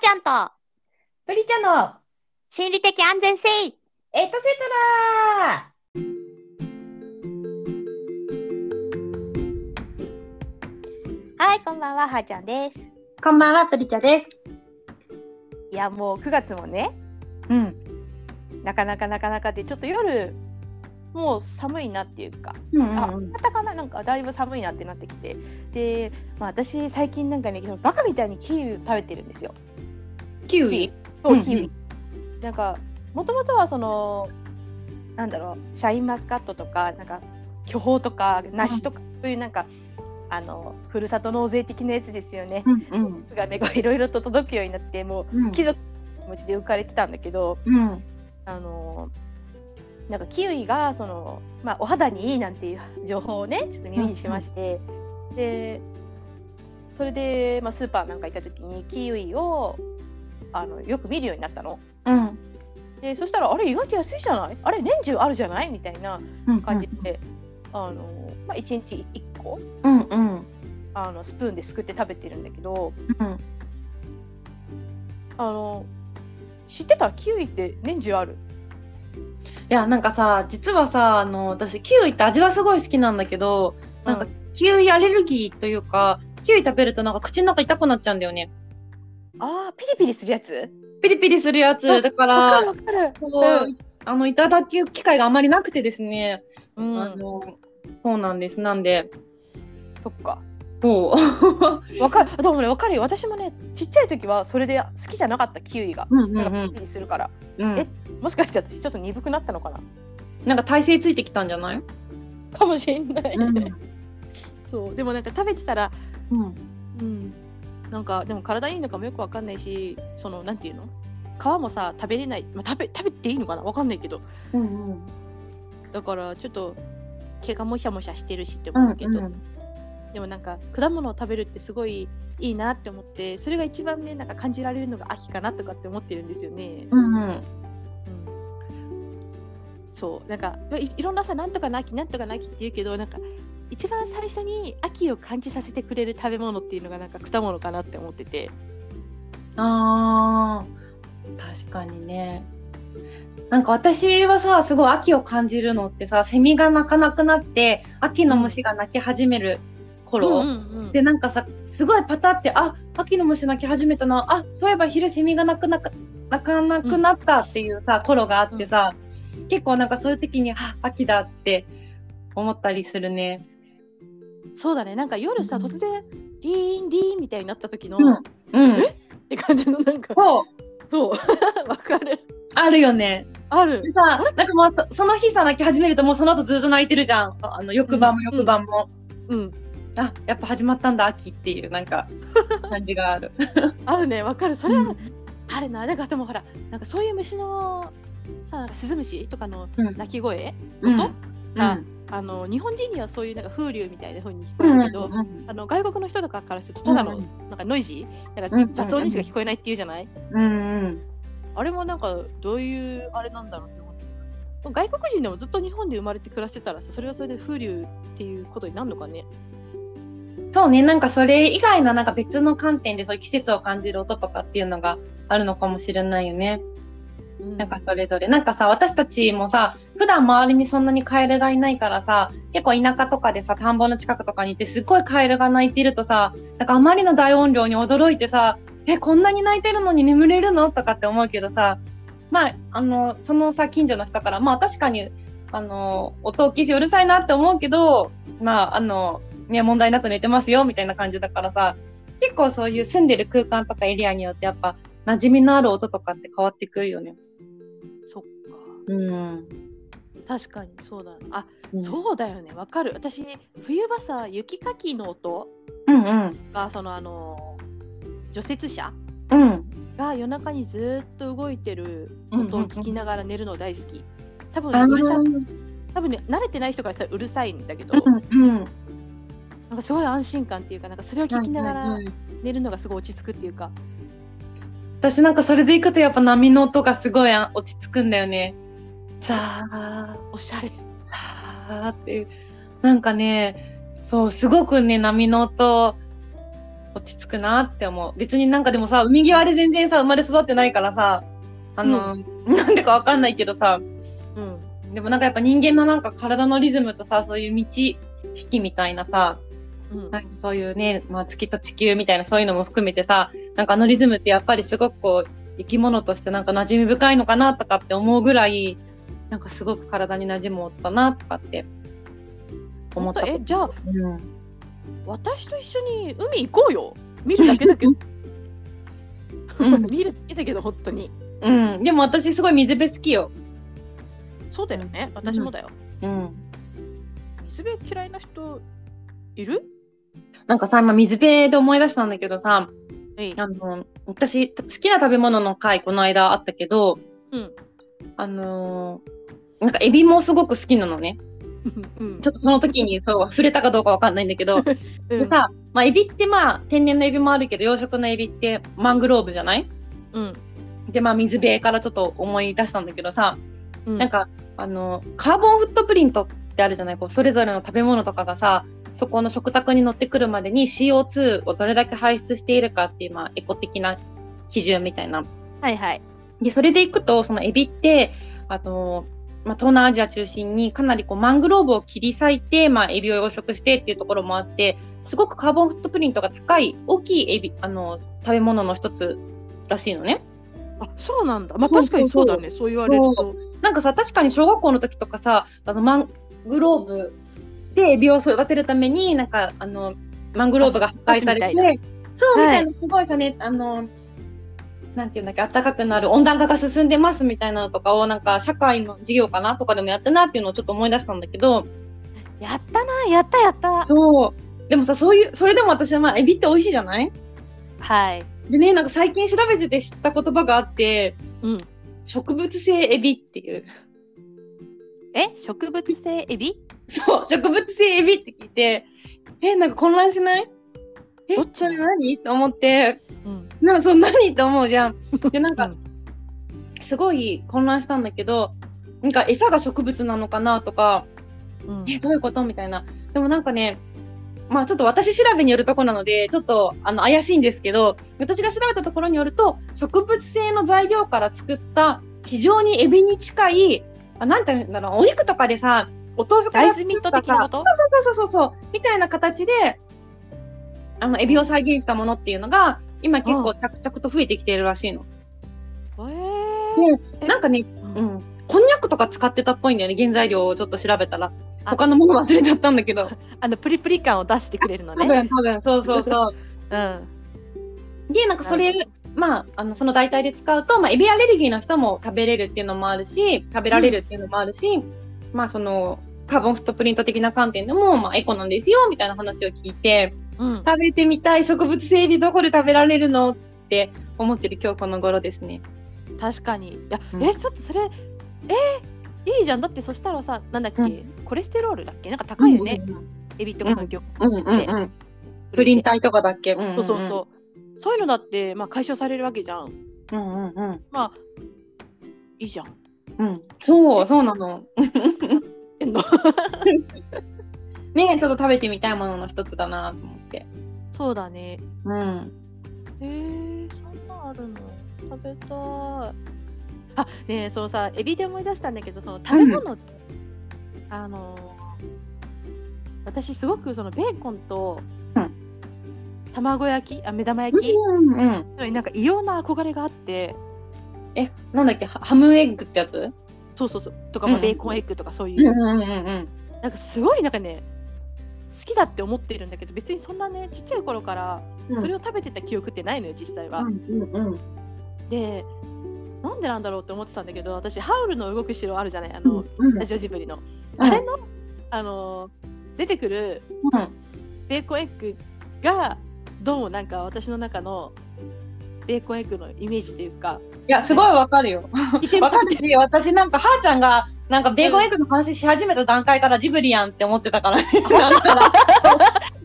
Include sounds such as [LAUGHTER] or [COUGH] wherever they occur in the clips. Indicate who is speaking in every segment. Speaker 1: ちゃんと
Speaker 2: プリチャの
Speaker 1: 心理的安全性
Speaker 2: エトセトラ
Speaker 1: はいこんばんははーちゃんです
Speaker 2: こんばんは、プリチャです。
Speaker 1: いやもう9月もね
Speaker 2: うん。
Speaker 1: なかなかなかなかでちょっと夜もう寒いなっていうか、
Speaker 2: うん
Speaker 1: あたかななんかだいぶ寒いなってなってきてで、まあ、私最近なんかねバカみたいにキウイ食べてるんですよ
Speaker 2: キウ
Speaker 1: キウイ
Speaker 2: イ
Speaker 1: そううんキウイ、なんかもともとはそのなんだろうシャインマスカットとかなんか巨峰とか梨とかそういうなんか、あのふるさと納税的なやつですよね。
Speaker 2: うん
Speaker 1: やつがねこういろいろと届くようになってもう
Speaker 2: うん
Speaker 1: 貴族の気持ちで浮かれてたんだけど
Speaker 2: うん。
Speaker 1: あのなんかキウイがその、まあ、お肌にいいなんていう情報をねちょっと耳にしまして、でそれで、まあ、スーパーなんか行った時にキウイをあのよく見るようになったの。
Speaker 2: うん。
Speaker 1: でそしたらあれ意外と安いじゃないあれ年中あるじゃないみたいな
Speaker 2: うん。
Speaker 1: 感じで、あのまあ、1日1個
Speaker 2: うんうん。
Speaker 1: あのスプーンですくって食べてるんだけど
Speaker 2: うん。
Speaker 1: あの知ってたキウイって年中ある
Speaker 2: いや、なんかさ、実はさ、あの、私、キウイって味はすごい好きなんだけど、なんか、
Speaker 1: う
Speaker 2: キウイアレルギーというか、キウイ食べるとなんか口の中痛くなっちゃうんだよね。
Speaker 1: あーピリピリするやつ
Speaker 2: ピリピリするや
Speaker 1: あ
Speaker 2: つ。だか
Speaker 1: わからる、わかる
Speaker 2: こう、あの、いただく機会があまりなくてですね。
Speaker 1: う
Speaker 2: あ
Speaker 1: ん
Speaker 2: の、そうなんです。なんで、
Speaker 1: そっか
Speaker 2: こう。
Speaker 1: わかるでもねわかるよ私もねちっちゃい時はそれで好きじゃなかったキウイが
Speaker 2: うん
Speaker 1: なんかピリピリするから、
Speaker 2: うん
Speaker 1: えもしかして私ちょっと鈍くなったのかな
Speaker 2: なんか体勢ついてきたんじゃない
Speaker 1: かもしんない、
Speaker 2: うん
Speaker 1: そうでもなんか食べてたら
Speaker 2: うん。
Speaker 1: うん、なんかでも体にいいのかもよくわかんないしそのなんていうの皮もさ食べれない、まあ、食べ食べていいのかなわかんないけど
Speaker 2: うんうん。
Speaker 1: だからちょっと毛がもしゃもしゃしてるしって
Speaker 2: うん
Speaker 1: 思
Speaker 2: う
Speaker 1: うけど、
Speaker 2: ん
Speaker 1: でもなんか果物を食べるってすごいいいなって思ってそれが一番ねなんか感じられるのが秋かなとかって思ってるんですよね。
Speaker 2: うんうん
Speaker 1: うんそうなんかいいろんなさなんとかな秋なんとかな秋って言うけどなんか一番最初に秋を感じさせてくれる食べ物っていうのがなんか果物かなって思ってて。
Speaker 2: あー確かにねなんか私はさすごい秋を感じるのってさセミが鳴かなくなって秋の虫が鳴き始める頃、
Speaker 1: うんうんうん
Speaker 2: でなんかさすごいパタってあ秋の虫鳴き始めたなあそういえば昼セミが鳴くなか鳴かなくなったっていうさ、頃があってさ、結構なんかそういう時にあ秋だって思ったりするね。
Speaker 1: そうだねなんか夜さ
Speaker 2: うん
Speaker 1: 突然リーンリーンみたいになった時の、
Speaker 2: うん
Speaker 1: っ
Speaker 2: うん、
Speaker 1: て感じのなんか
Speaker 2: そう
Speaker 1: そう [LAUGHS] わかる
Speaker 2: あるよね。
Speaker 1: ある
Speaker 2: でさ、なんかもうそその日さ泣き始めるともうその後ずっと泣いてるじゃん。あの翌晩も翌晩も、
Speaker 1: うん
Speaker 2: あやっぱ始まったんだ秋っていうなんか感じがある。
Speaker 1: あるねわかるそれは、
Speaker 2: うん
Speaker 1: あるななんかでもほらなんかそういう虫のさなんかスズムシとかの
Speaker 2: うん
Speaker 1: 鳴き声、
Speaker 2: うん
Speaker 1: 音
Speaker 2: うん
Speaker 1: あの日本人にはそういうなんか風流みたいな風に聞こ
Speaker 2: う
Speaker 1: え
Speaker 2: ん
Speaker 1: るけど、あの外国の人とかからするとただの、
Speaker 2: うん
Speaker 1: なんかノイジーなん
Speaker 2: うんう
Speaker 1: か
Speaker 2: ん
Speaker 1: 雑音にしか聞こえないっていうじゃない、
Speaker 2: うんうん
Speaker 1: あれもなんかどういうあれなんだろうって思って外国人でもずっと日本で生まれて暮らしてたらさそれはそれで風流っていうことになるのかね
Speaker 2: そうねなんかそれ以外のなんか別の観点でそういう季節を感じる音とかっていうのがあるのかもしれないよね。なんかそれぞれなんかさ私たちもさ普段周りにそんなにカエルがいないからさ結構田舎とかでさ田んぼの近くとかに行ってすっごいカエルが鳴いてるとさなんかあまりの大音量に驚いてさえこんなに鳴いてるのに眠れるのとかって思うけどさまああのそのさ近所の人からまあ確かにあの音大きいしうるさいなって思うけどまああのね問題なく寝てますよみたいな感じだからさ結構そういう住んでる空間とかエリアによってやっぱ馴染みのある音とかって変わってくるよね。
Speaker 1: そっか
Speaker 2: うん
Speaker 1: 確かにそうだあ、
Speaker 2: うん
Speaker 1: そうだよねわかる私冬場さ雪かきの音
Speaker 2: うんうん
Speaker 1: がそのあの除雪車
Speaker 2: うん
Speaker 1: が夜中にずっと動いてる
Speaker 2: うん
Speaker 1: 音を聞きながら寝るの大好き多分
Speaker 2: あ
Speaker 1: うるさい
Speaker 2: ー
Speaker 1: 多分ね慣れてない人からしたらうるさいんだけど、
Speaker 2: うんうん
Speaker 1: なんかすごい安心感っていうかなんかそれを聞きなが
Speaker 2: うん
Speaker 1: ら
Speaker 2: うんうん
Speaker 1: 寝るのがすごい落ち着くっていうか
Speaker 2: 私なんかそれでいくとやっぱ波の音がすごいあ落ち着くんだよねザー
Speaker 1: おしゃれ
Speaker 2: ザーっていうなんかねそうすごくね波の音落ち着くなって思う別になんかでもさ海際で全然さ生まれ育ってないからさあの、なんでかわかんないけどさ
Speaker 1: うん
Speaker 2: でもなんかやっぱ人間のなんか体のリズムとさそういう道引きみたいなさ
Speaker 1: うん
Speaker 2: なんかそういうね、まあ、月と地球みたいなそういうのも含めてさなんかあのリズムってやっぱりすごくこう生き物としてなんか馴染み深いのかなとかって思うぐらいなんかすごく体に馴染む音だなとかって思った
Speaker 1: ほんとえじゃあ
Speaker 2: うん
Speaker 1: 私と一緒に海行こうよ見るだけだけど
Speaker 2: うん
Speaker 1: [LAUGHS] 見るだけだけど本当に
Speaker 2: うん、でも私すごい水辺好きよ。
Speaker 1: そうだよね私もだよ、
Speaker 2: うん、
Speaker 1: 水辺嫌いな人いる
Speaker 2: なんかさ今水辺で思い出したんだけどさ
Speaker 1: えい
Speaker 2: あの私好きな食べ物の回この間あったけど
Speaker 1: うん
Speaker 2: あのーなんかエビもすごく好きなのね。
Speaker 1: うん
Speaker 2: ちょっとその時にそう触れたかどうかわかんないんだけど、でさ、まあ、エビってまあ天然のエビもあるけど養殖のエビってマングローブじゃない
Speaker 1: うん
Speaker 2: でまあ水辺からちょっと思い出したんだけどさ、
Speaker 1: う
Speaker 2: なんかあのカーボンフットプリントってあるじゃないこうそれぞれの食べ物とかがさそこの食卓に乗ってくるまでに CO2 をどれだけ排出しているかっていう、まあ、エコ的な基準みたいな。
Speaker 1: はいはい
Speaker 2: でそれでいくとそのエビってあの、まあ、東南アジア中心にかなりこうマングローブを切り裂いて、まあ、エビを養殖してっていうところもあってすごくカーボンフットプリントが高い大きいエビあの食べ物の一つらしいのね。
Speaker 1: あそうなんだまあ
Speaker 2: そう
Speaker 1: 確かにそうだねそう言われると
Speaker 2: なんかさ確かに小学校の時とかさあのマングローブでエビを育てるためになんかあのマングローブが破壊され
Speaker 1: バ
Speaker 2: て
Speaker 1: スみ
Speaker 2: そうみ
Speaker 1: は
Speaker 2: た
Speaker 1: い
Speaker 2: いなすごいさね、あのなんていうんだっけ暖かくなる温暖化が進んでますみたいなのとかをなんか社会の授業かなとかでもやったなっていうのをちょっと思い出したんだけど
Speaker 1: やったなやったやった
Speaker 2: そうでもさそういうそれでも私はまあエビって美味しいじゃない
Speaker 1: はい
Speaker 2: でねなんか最近調べてて知った言葉があって
Speaker 1: うん
Speaker 2: 植物性エビっていう
Speaker 1: え植物性エビ
Speaker 2: そう、植物性エビって聞いて、え、なんか混乱しないえ、
Speaker 1: どっち
Speaker 2: それ何と思って、
Speaker 1: うん
Speaker 2: なんかそう何と思うじ
Speaker 1: [LAUGHS]
Speaker 2: ゃん。で、なん
Speaker 1: う
Speaker 2: か、すごい混乱したんだけど、なんか餌が植物なのかなとか、 [LAUGHS]
Speaker 1: うん
Speaker 2: え、どういうことみたいな。でもなんかね、まあちょっと私調べによるところなので、ちょっとあの怪しいんですけど、私が調べたところによると、植物性の材料から作った非常にエビに近い、あなんて言うんだろう、お肉とかでさ、お豆腐か
Speaker 1: 大
Speaker 2: ら
Speaker 1: 豆ミット的なこと
Speaker 2: そうそうそうそうみたいな形であのエビを再現したものっていうのが今結構着々と増えてきているらしいの。
Speaker 1: ええ
Speaker 2: なんかね、う
Speaker 1: ー
Speaker 2: ん、こんにゃくとか使ってたっぽいんだよね原材料をちょっと調べたら
Speaker 1: あ
Speaker 2: 他のもの忘れちゃったんだけど
Speaker 1: あのプリプリ感を出してくれるの
Speaker 2: 多分
Speaker 1: ね
Speaker 2: 多分そうそうそう。
Speaker 1: う
Speaker 2: [LAUGHS]
Speaker 1: ん
Speaker 2: でなんかそれ
Speaker 1: なる
Speaker 2: まあ、あのその代替で使うと、まあ、エビアレルギーの人も食べれるっていうのもあるし食べられるっていうのもあるし、まあそのカーボンフットプリント的な観点でも、まあ、エコなんですよみたいな話を聞いて、
Speaker 1: うん
Speaker 2: 食べてみたい植物性エビどこで食べられるのって思ってる今日この頃ですね。
Speaker 1: 確かにいや、
Speaker 2: うん
Speaker 1: えちょっとそれえーいいじゃんだってそしたらさなんだっけ、
Speaker 2: うん
Speaker 1: コレステロールだっけなんか高いよね、。エビってことの業
Speaker 2: うんうんうん。プリン体とかだっけ。うん
Speaker 1: そうそうそうそういうのだって、まあ、解消されるわけじゃん
Speaker 2: うん。うんうんうん。
Speaker 1: まあいいじゃん
Speaker 2: うん。そうそうなの。
Speaker 1: えの
Speaker 2: ねえちょっと食べてみたいものの一つだなと思って。
Speaker 1: そうだね
Speaker 2: うん。
Speaker 1: えー、そんなんあるの食べたいあねえそのさエビで思い出したんだけどその食べ物、あのー私すごくそのベーコンと
Speaker 2: うん
Speaker 1: 卵焼きあ目玉焼き
Speaker 2: うんうん。
Speaker 1: のになんか異様な憧れがあって
Speaker 2: えなんだっけハハムエッグってやつ？うん
Speaker 1: そうそうそうとか、まあ
Speaker 2: うん
Speaker 1: ベーコンエッグとかそういう、
Speaker 2: うんうん
Speaker 1: なんかすごいなんかね好きだって思ってるんだけど別にそんなねちっちゃい頃から
Speaker 2: うん
Speaker 1: それを食べてた記憶ってないのよ実際は。
Speaker 2: うんうんうん。
Speaker 1: でなんでなんだろうって思ってたんだけど私ハウルの動く城あるじゃないあの、
Speaker 2: うん
Speaker 1: ラジオジブリの、
Speaker 2: うん
Speaker 1: あれのあの出てくるベーコンエッグがどうもなんか私の中のベーコンエッグのイメージという
Speaker 2: [LAUGHS]
Speaker 1: か
Speaker 2: いやすごいわかるよ。[LAUGHS]
Speaker 1: 似て
Speaker 2: わかるし、私なんか、はーちゃんが、なんか、ベーコンエッグの話し始めた段階からジブリやんって思ってた [LAUGHS] からね。だからい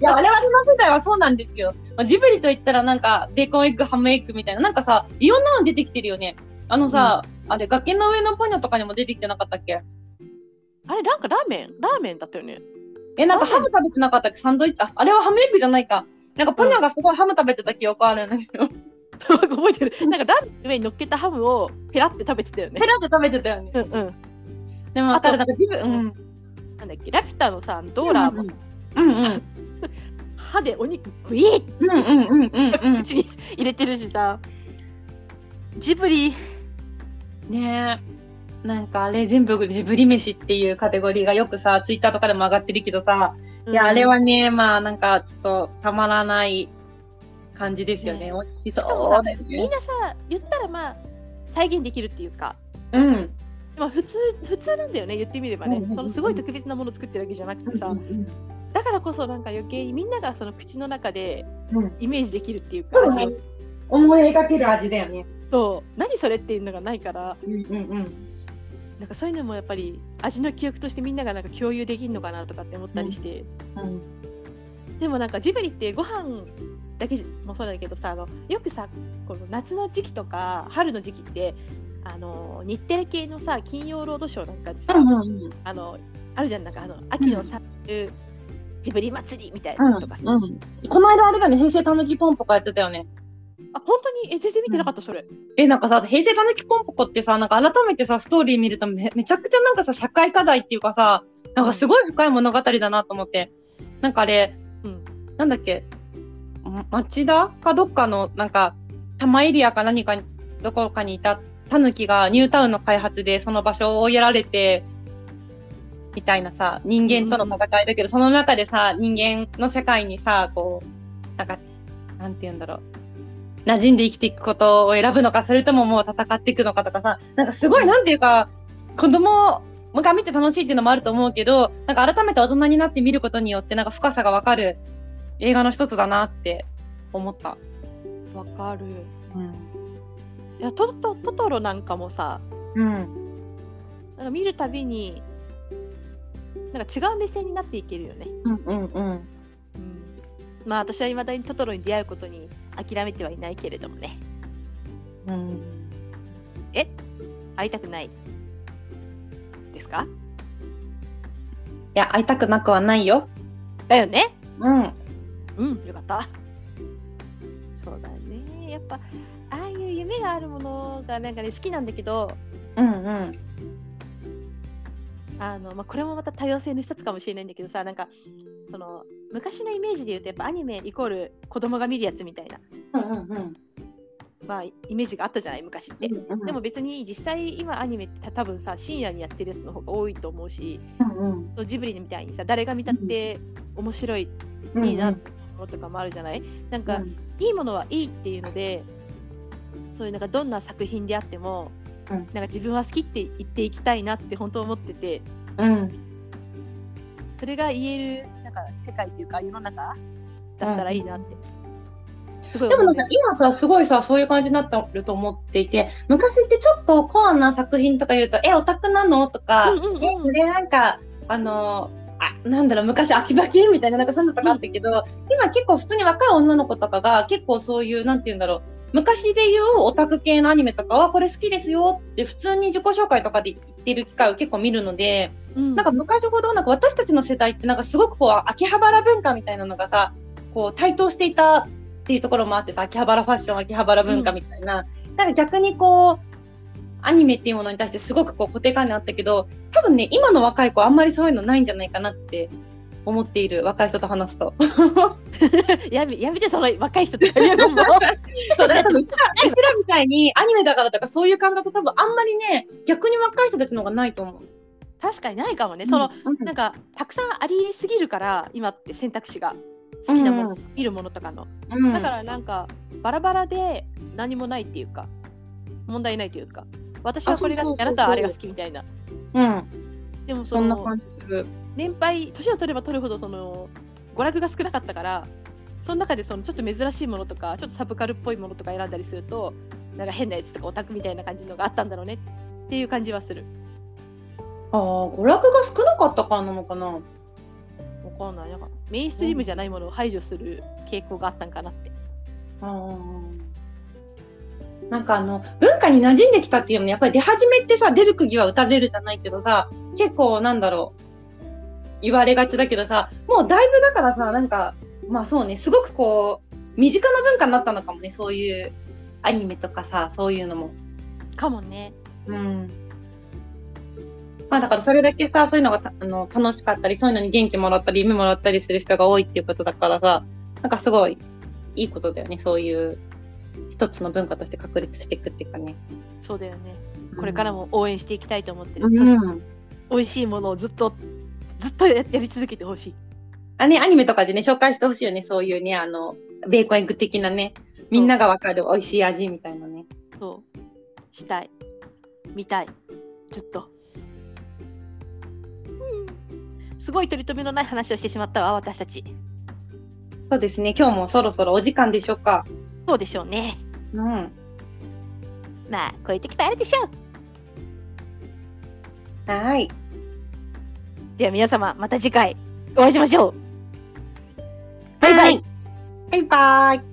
Speaker 2: や、我々の世代はそうなんですよ。まあジブリと言ったら、なんか、ベーコンエッグ、ハムエッグみたいな、なんかさ、いろんなの出てきてるよね。あのさ、あれ、崖の上のポニョとかにも出てきてなかったっけ
Speaker 1: あれなんかラーメンラーメンだったよね [LAUGHS]
Speaker 2: え、なんかハム食べてなかったっけサンドイッチ、ああれはハムエッグじゃないか。なんかポニョがすごいハム食べてた記憶あるんだけど、
Speaker 1: 覚えてるなんかラーメンの上に乗っけたハムをペラって食べてたよね
Speaker 2: ペラで食べてたよね。
Speaker 1: うんうん
Speaker 2: でも分かる、だから自分、うん。
Speaker 1: なんだっけラピュタのさドーラも
Speaker 2: うんうん。
Speaker 1: 歯でお肉グイッ
Speaker 2: うんうんうんうんうん
Speaker 1: 口に入れてるしさジブリ
Speaker 2: うん。ねえ。なんかあれ全部ジブリ飯っていうカテゴリーがよくさ、ツイッターとかでも上がってるけどさ、いや、あれはね、まあなんかちょっとたまらない感じですよね。
Speaker 1: ね
Speaker 2: 美味し
Speaker 1: しか
Speaker 2: そ
Speaker 1: も
Speaker 2: うだよ
Speaker 1: みん
Speaker 2: ね。
Speaker 1: なさ言ったらまあ再現できるっていうか
Speaker 2: うん。
Speaker 1: まあ普通普通なんだよね言ってみればね
Speaker 2: うんうんうんうん
Speaker 1: そのすごい特別なものを作ってるわけじゃなくてさだからこそなんか余計にみんながその口の中で
Speaker 2: うん
Speaker 1: イメージできるっていうか
Speaker 2: そう
Speaker 1: 味
Speaker 2: ね
Speaker 1: を
Speaker 2: 思い描ける味だよね。
Speaker 1: そう何それっていうのがないから
Speaker 2: うんうんうん。
Speaker 1: なんかそういうのもやっぱり味の記憶としてみんながなんか共有できるのかなとかって思ったりして、
Speaker 2: うん
Speaker 1: でもなんかジブリってご飯だけじもそうだけどさあのよくさこの夏の時期とか春の時期ってあの日テレ系のさ金曜ロードショーなんかでさ、
Speaker 2: うんうん
Speaker 1: あのあるじゃんなんかあの秋のサークジブリ祭りみたいなのとかさ、
Speaker 2: うんうん。この間あれだね、平成たぬきぽんぽこやってたよね。
Speaker 1: あ本当にえ全然見てなかったそれ、
Speaker 2: え、なんかさ、平成たぬきぽんぽこってさ、なんか改めてさ、ストーリー見るとめめちゃくちゃなんかさ、社会課題っていうかさ、なんかすごい深い物語だなと思って。なんかあれ、
Speaker 1: うん
Speaker 2: なんだっけ、ん町田かどっかの、なんか、多摩エリアか何かに、どこかにいたタヌキがニュータウンの開発でその場所を追いやられて、みたいなさ、人間との戦いだけど、その中でさ、人間の世界にさ、こう、なんか、なんて言うんだろう。馴染んで生きていくことを選ぶのか、それとももう戦っていくのかとかさ、なんかすごい、なんていうか、子供が見て楽しいっていうのもあると思うけど、なんか改めて大人になって見ることによって、なんか深さがわかる映画の一つだなって思った。
Speaker 1: わかる
Speaker 2: うん。
Speaker 1: いやトトトトロなんかもさ
Speaker 2: うん。
Speaker 1: なんか見るたびになんか違う目線になっていけるよね、
Speaker 2: うんうんうん。
Speaker 1: まあ私はいまだにトトロに出会うことに諦めてはいないけれどもね
Speaker 2: うん。
Speaker 1: 会いたくないですか
Speaker 2: いや、会いたくなくはないよ。
Speaker 1: だよね
Speaker 2: うん。
Speaker 1: うんよかったそうだねやっぱああいう夢があるものがなんかね好きなんだけど
Speaker 2: うんうん。
Speaker 1: あの、まあ、これもまた多様性の一つかもしれないんだけどさなんかその昔のイメージで言うとやっぱアニメイコール子供が見るやつみたいな、
Speaker 2: うんうんうん。
Speaker 1: まあ、イメージがあったじゃない昔って、
Speaker 2: で
Speaker 1: でも、別に実際今アニメって多分さ深夜にやってるやつの方が多いと思うし
Speaker 2: うん
Speaker 1: ジブリみたいにさ誰が見たって面白い
Speaker 2: うん。
Speaker 1: いいなってものとかもあるじゃない、なんか、いいものはいいっていうのでそういうなんかどんな作品であっても、
Speaker 2: うん
Speaker 1: なんか自分は好きって言っていきたいなって本当思ってて
Speaker 2: うん。
Speaker 1: それが言えるなんか世界というか世の中だったらいいなって、すごい
Speaker 2: でも
Speaker 1: 思
Speaker 2: な
Speaker 1: う
Speaker 2: か
Speaker 1: んね
Speaker 2: 今さすごいさそういう感じになってると思っていて昔ってちょっとコアな作品とか言うと「えオタクなの?」とか
Speaker 1: うんうんうん
Speaker 2: えそれなんかあのあなんだろう昔秋葉系みたいななんかそんなとかあったけど、今結構普通に若い女の子とかが結構そういうなんて言うんだろう昔で言うオタク系のアニメとかはこれ好きですよって普通に自己紹介とかで言ってる機会を結構見るので、
Speaker 1: うん
Speaker 2: なんか昔ほどなんか私たちの世代ってなんかすごくこう秋葉原文化みたいなのがさこう台頭していたっていうところもあってさ秋葉原ファッション秋葉原文化みたいな、なんか逆にこうアニメっていうものに対してすごくこう固定観念あったけど多分ね今の若い子はあんまりそういうのないんじゃないかなって思っている若い人と話すと。
Speaker 1: やめやめてその若い人とか言うのも
Speaker 2: [LAUGHS] そうだから多分うちらうちらみたいにアニメだからとかそういう感覚多分あんまりね逆に若い人たちの方がないと思う。
Speaker 1: 確かにないかもねその、
Speaker 2: うん
Speaker 1: なんかたくさんありすぎるから今って選択肢が好きなもの、
Speaker 2: う
Speaker 1: 見るものとかの
Speaker 2: うん
Speaker 1: だからなんかバラバラで何もないっていうか問題ないというか私はこれが好き
Speaker 2: あ
Speaker 1: あ
Speaker 2: そうそうそうそう
Speaker 1: なたはあれが好きみたいな
Speaker 2: うん、
Speaker 1: でもそ
Speaker 2: そんな
Speaker 1: の
Speaker 2: 感じする。
Speaker 1: 年配年を取れば取るほどその娯楽が少なかったからその中でそのちょっと珍しいものとかちょっとサブカルっぽいものとか選んだりするとなんか変なやつとかオタクみたいな感じのがあったんだろうねっていう感じはする
Speaker 2: ああ、娯楽が少なかったからなのかな。
Speaker 1: わかんないなんかメインストリームじゃないものを排除する傾向があったんかなって
Speaker 2: ああ。なんかあの、文化に馴染んできたっていうのも、やっぱり出始めってさ、出る釘は打たれるじゃないけどさ、結構なんだろう、言われがちだけどさ、もうだいぶだからさ、なんか、まあそうねすごくこう身近な文化になったのかもねそういうアニメとかさそういうのも。
Speaker 1: かもね。
Speaker 2: うんまあだからそれだけさそういうのがたあの楽しかったりそういうのに元気もらったり夢もらったりする人が多いっていうことだからさなんかすごいいいことだよねそういう一つの文化として確立していくっていうかね。
Speaker 1: そうだよね。これから
Speaker 2: も、
Speaker 1: も応援していきたいと思ってる。
Speaker 2: うん
Speaker 1: そして美味しいものをずっとずっとややり続けてほしい。
Speaker 2: あね、アニメとかでね、紹介してほしいよね、そういうね、あの、ベーコンエッグ的なね、みんながわかる美味しい味みたいなね。
Speaker 1: そうしたい見たいずっと、うん、すごい取り留めのない話をしてしまったわ私たち
Speaker 2: そうですね、今日もそろそろお時間でしょうか。
Speaker 1: そうでしょうね
Speaker 2: うん。
Speaker 1: まあこういう時もあるでしょう
Speaker 2: はい。
Speaker 1: では皆様また次回お会いしましょう
Speaker 2: バ
Speaker 1: バ
Speaker 2: イ
Speaker 1: イ
Speaker 2: バ
Speaker 1: バイ
Speaker 2: イ。バイバイ。